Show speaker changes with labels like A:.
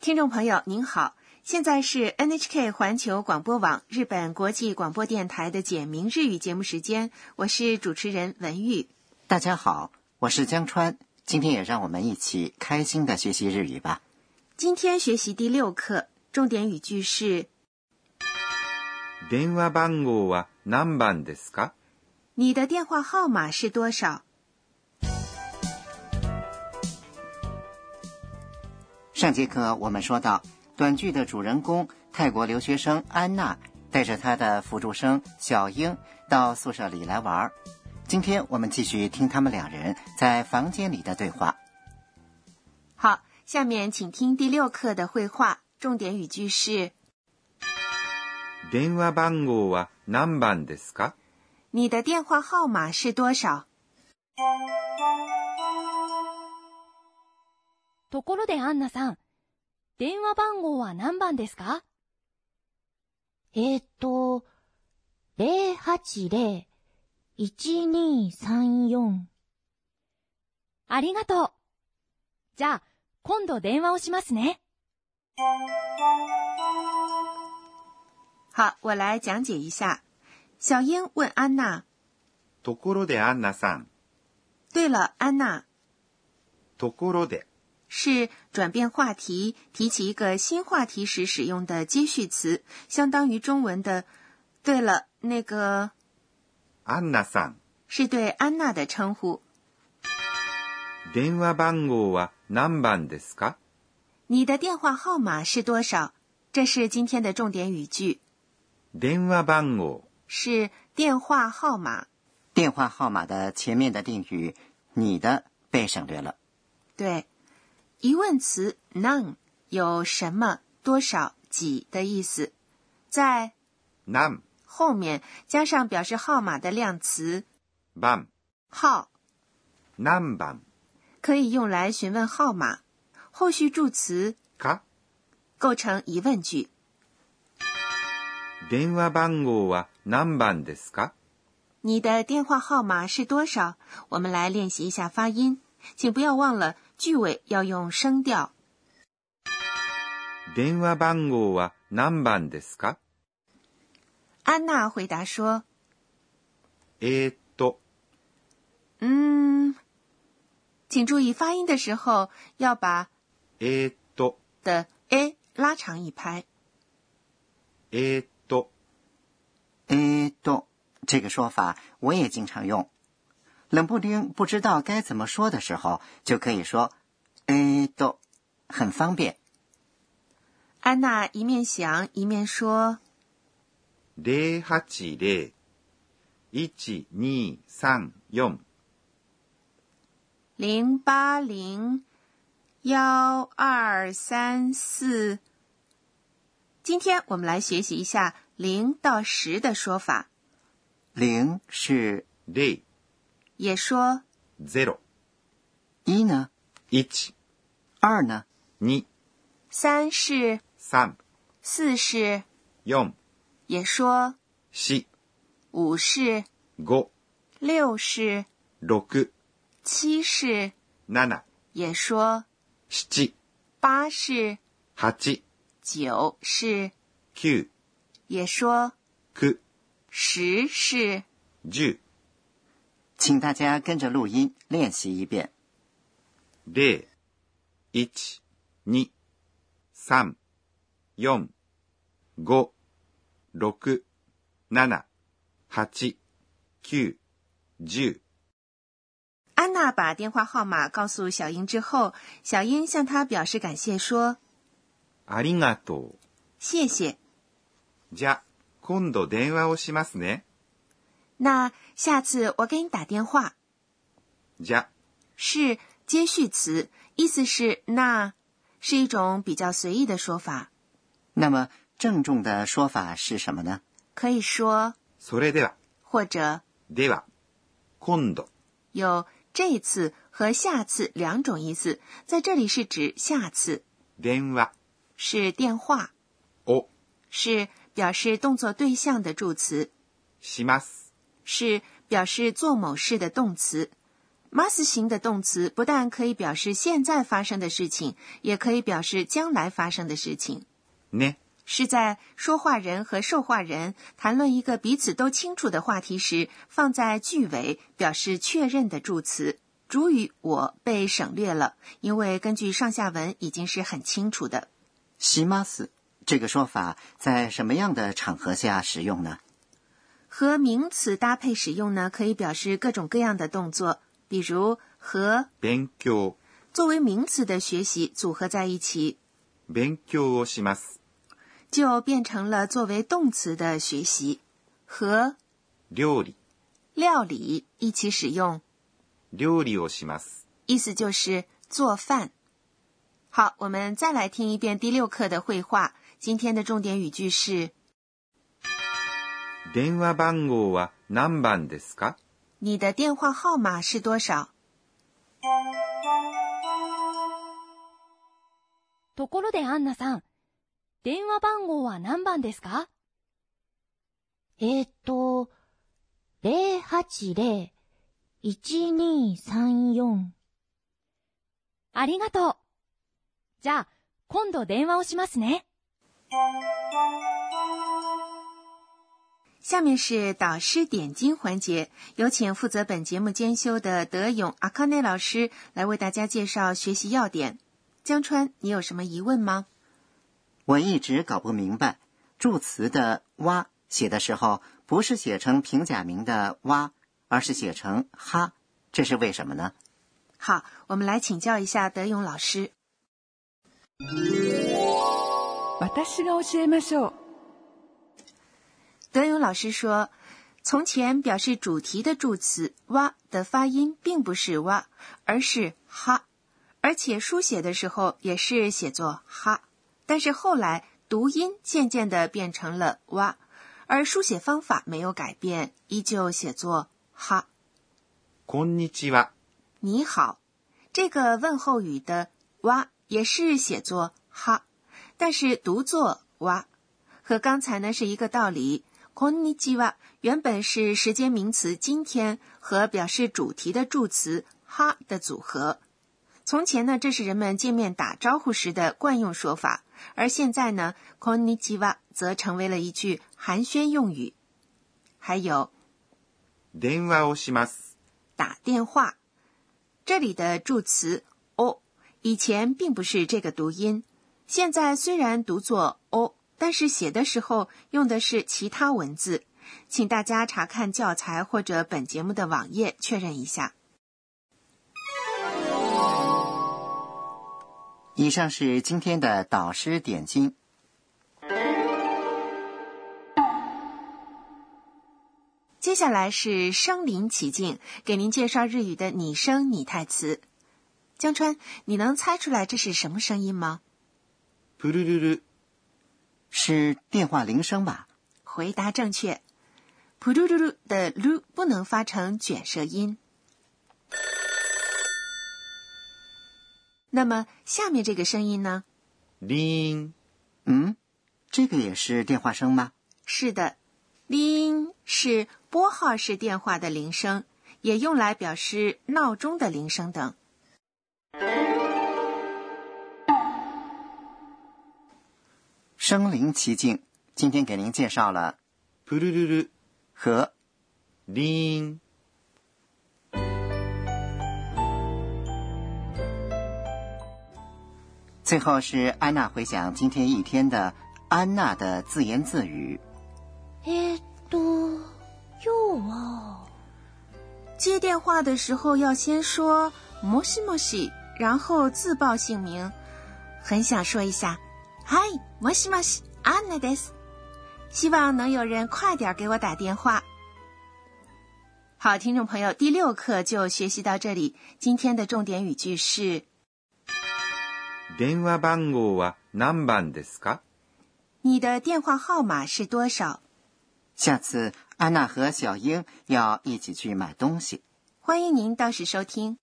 A: 听众朋友您好，现在是 NHK 环球广播网日本国际广播电台的简明日语节目时间，我是主持人文玉。
B: 大家好，我是江川，今天也让我们一起开心的学习日语吧。
A: 今天学习第六课，重点语句是
C: 電話番号は何番ですか
A: 你的电话号码是多少？
B: 上节课我们说到，短剧的主人公泰国留学生安娜带着她的辅助生小英到宿舍里来玩儿。今天我们继续听他们两人在房间里的对话。
A: 好，下面请听第六课的绘画，重点语句是
C: 電話番号は何番ですか
A: 你的电话号码是多少？
D: ところでアンナさん、電話番号は何番ですか
E: えーっと、080-1234。
D: ありがとう。じゃあ、今度電話をしますね。
A: 好，我来讲解一下。小英问安娜
C: ところでアンナさん、：“
A: 对了，安娜，
C: ところで
A: 是转变话题、提起一个新话题时使用的接续词，相当于中文的“对了”。那个
C: アンナさん、
A: 是对安娜的称呼。
C: 電話番号は何番ですか
A: 你的电话号码是多少？这是今天的重点语句，
C: 電話番号、
A: 是电话号码。
B: 电话号码的前面的定语“你的”被省略了。
A: 对，疑问词 none 有什么、多少、几的意思，在
C: 何
A: 后面加上表示号码的量词
C: 番、
A: 号。
C: 何番
A: 可以用来询问号码。后续助词
C: か
A: 构成疑问句。
C: 電話番号は何番ですか
A: 你的电话号码是多少？我们来练习一下发音，请不要忘了句尾要用声调。
C: 電話番号は何番ですか
A: 安娜回答说
C: えーっと、：“
A: 嗯。”请注意发音的时候要把
C: えーっと、
A: 的 a 拉长一拍。
C: えーっと、
B: えーと，这个说法我也经常用。冷不丁不知道该怎么说的时候，就可以说“えと”，很方便。
A: 安娜一面想一面说
C: 080-1234。：“
A: 零八零幺二三四。今天我们来学习一下零到十的说法，
B: 零是
C: 零、
A: 也说
C: ゼロ、
B: 一呢，
C: 一、
B: 二呢，
C: 二、
A: 三是
C: 三、
A: 四是，
C: 四、
A: 也说
C: 四、
A: 五是
C: 五、
A: 六是
C: 六、
A: 七是，
C: 七、
A: 也说
C: 七、
A: 八是
C: 八、
A: 九是，
C: 九、
A: 也说
C: 九、
A: 十是。
C: 十、
B: 请大家跟着录音练习一遍。
C: 零、一、二、三、四、五、六、七、八、九、十。
A: 安娜把电话号码告诉小英之后，小英向她表示感谢，说
C: ありがとう。：“
A: 谢谢。”
C: じゃ、今度電話をしますね。
A: 那下次我给你打电话
C: じゃ、
A: 是接续词，意思是那，是一种比较随意的说法，
B: 那么郑重的说法是什么呢？
A: 可以说
C: それでは、
A: 或者
C: では、今度、
A: 有这次和下次两种意思，在这里是指下次
C: 電話
A: 是电话，
C: を
A: 是表示动作对象的助词，
C: します。
A: 是表示做某事的动词。 must 型的动词不但可以表示现在发生的事情，也可以表示将来发生的事情，
C: ね、
A: 是在说话人和受话人谈论一个彼此都清楚的话题时，放在句尾表示确认的助词。主语“我”被省略了，因为根据上下文已经是很清楚的。
B: します这个说法在什么样的场合下使用呢？
A: 和名词搭配使用呢，可以表示各种各样的动作，比如和
C: 勉強、
A: 作为名词的学习组合在一起，
C: 勉強をします。
A: 就变成了作为动词的学习。和
C: 料理、
A: 料理一起使用，
C: 料理をします。
A: 意思就是做饭。好，我们再来听一遍第六课的绘画。今天的重点语句是：
C: 電話番号は何番ですか
A: 你的电话号码是多少？
D: ところでアンナさん、電話番号は何番ですか
E: えっと、080-1234
D: ありがとう。じゃあ、今度電話をしますね。
A: 下面是导师点睛环节，有请负责本节目监修的德勇阿卡内老师来为大家介绍学习要点。江川，你有什么疑问吗？
B: 我一直搞不明白，助词的“哇”写的时候，不是写成平假名的“哇”，而是写成“哈”，这是为什么呢？
A: 好，我们来请教一下德勇老师。
F: 私が教えましょう。
A: 德勇老师说，从前表示主题的助词“哇”的发音并不是“哇”，而是“哈”，而且书写的时候也是写作“哈”，但是后来读音渐渐的变成了“哇”，而书写方法没有改变，依旧写作“哈”。
C: こんにちは。
A: 你好，这个问候语的哇也是写作哈，但是读作哇，和刚才呢是一个道理。こんにちは原本是时间名词今天和表示主题的助词哈的组合。从前呢，这是人们见面打招呼时的惯用说法，而现在呢，こんにちは则成为了一句寒暄用语。还有
C: 電話をします。
A: 打电话。这里的助词 o 以前并不是这个读音，现在虽然读作 o，但是写的时候用的是其他文字，请大家查看教材或者本节目的网页确认一下。
B: 以上是今天的导师点睛。
A: 接下来是身临其境，给您介绍日语的拟声拟态词。江川，你能猜出来这是什么声音吗？
C: プルルル、
B: 是电话铃声吧？
A: 回答正确。プルルル的ル不能发成卷舌音。那么下面这个声音呢？
C: リーン、
B: 嗯，这个也是电话声吗？
A: 是的，铃是拨号式电话的铃声，也用来表示闹钟的铃声等。
B: 身临其境。今天给您介绍了
C: プルルル、
B: 和
C: リーン。
B: 最后是安娜回想今天一天的安娜的自言自语。
E: えっと、今日は、
A: 接电话的时候要先说“もしもし”，然后自报姓名。很想说一下“嗨，もしもし、アンナです”，希望能有人快点给我打电话。好，听众朋友，第六课就学习到这里。今天的重点语句是：
C: 電話番号は何番ですか
A: 你的电话号码是多少？
B: 下次安娜和小英要一起去买东西。
A: 欢迎您到时收听。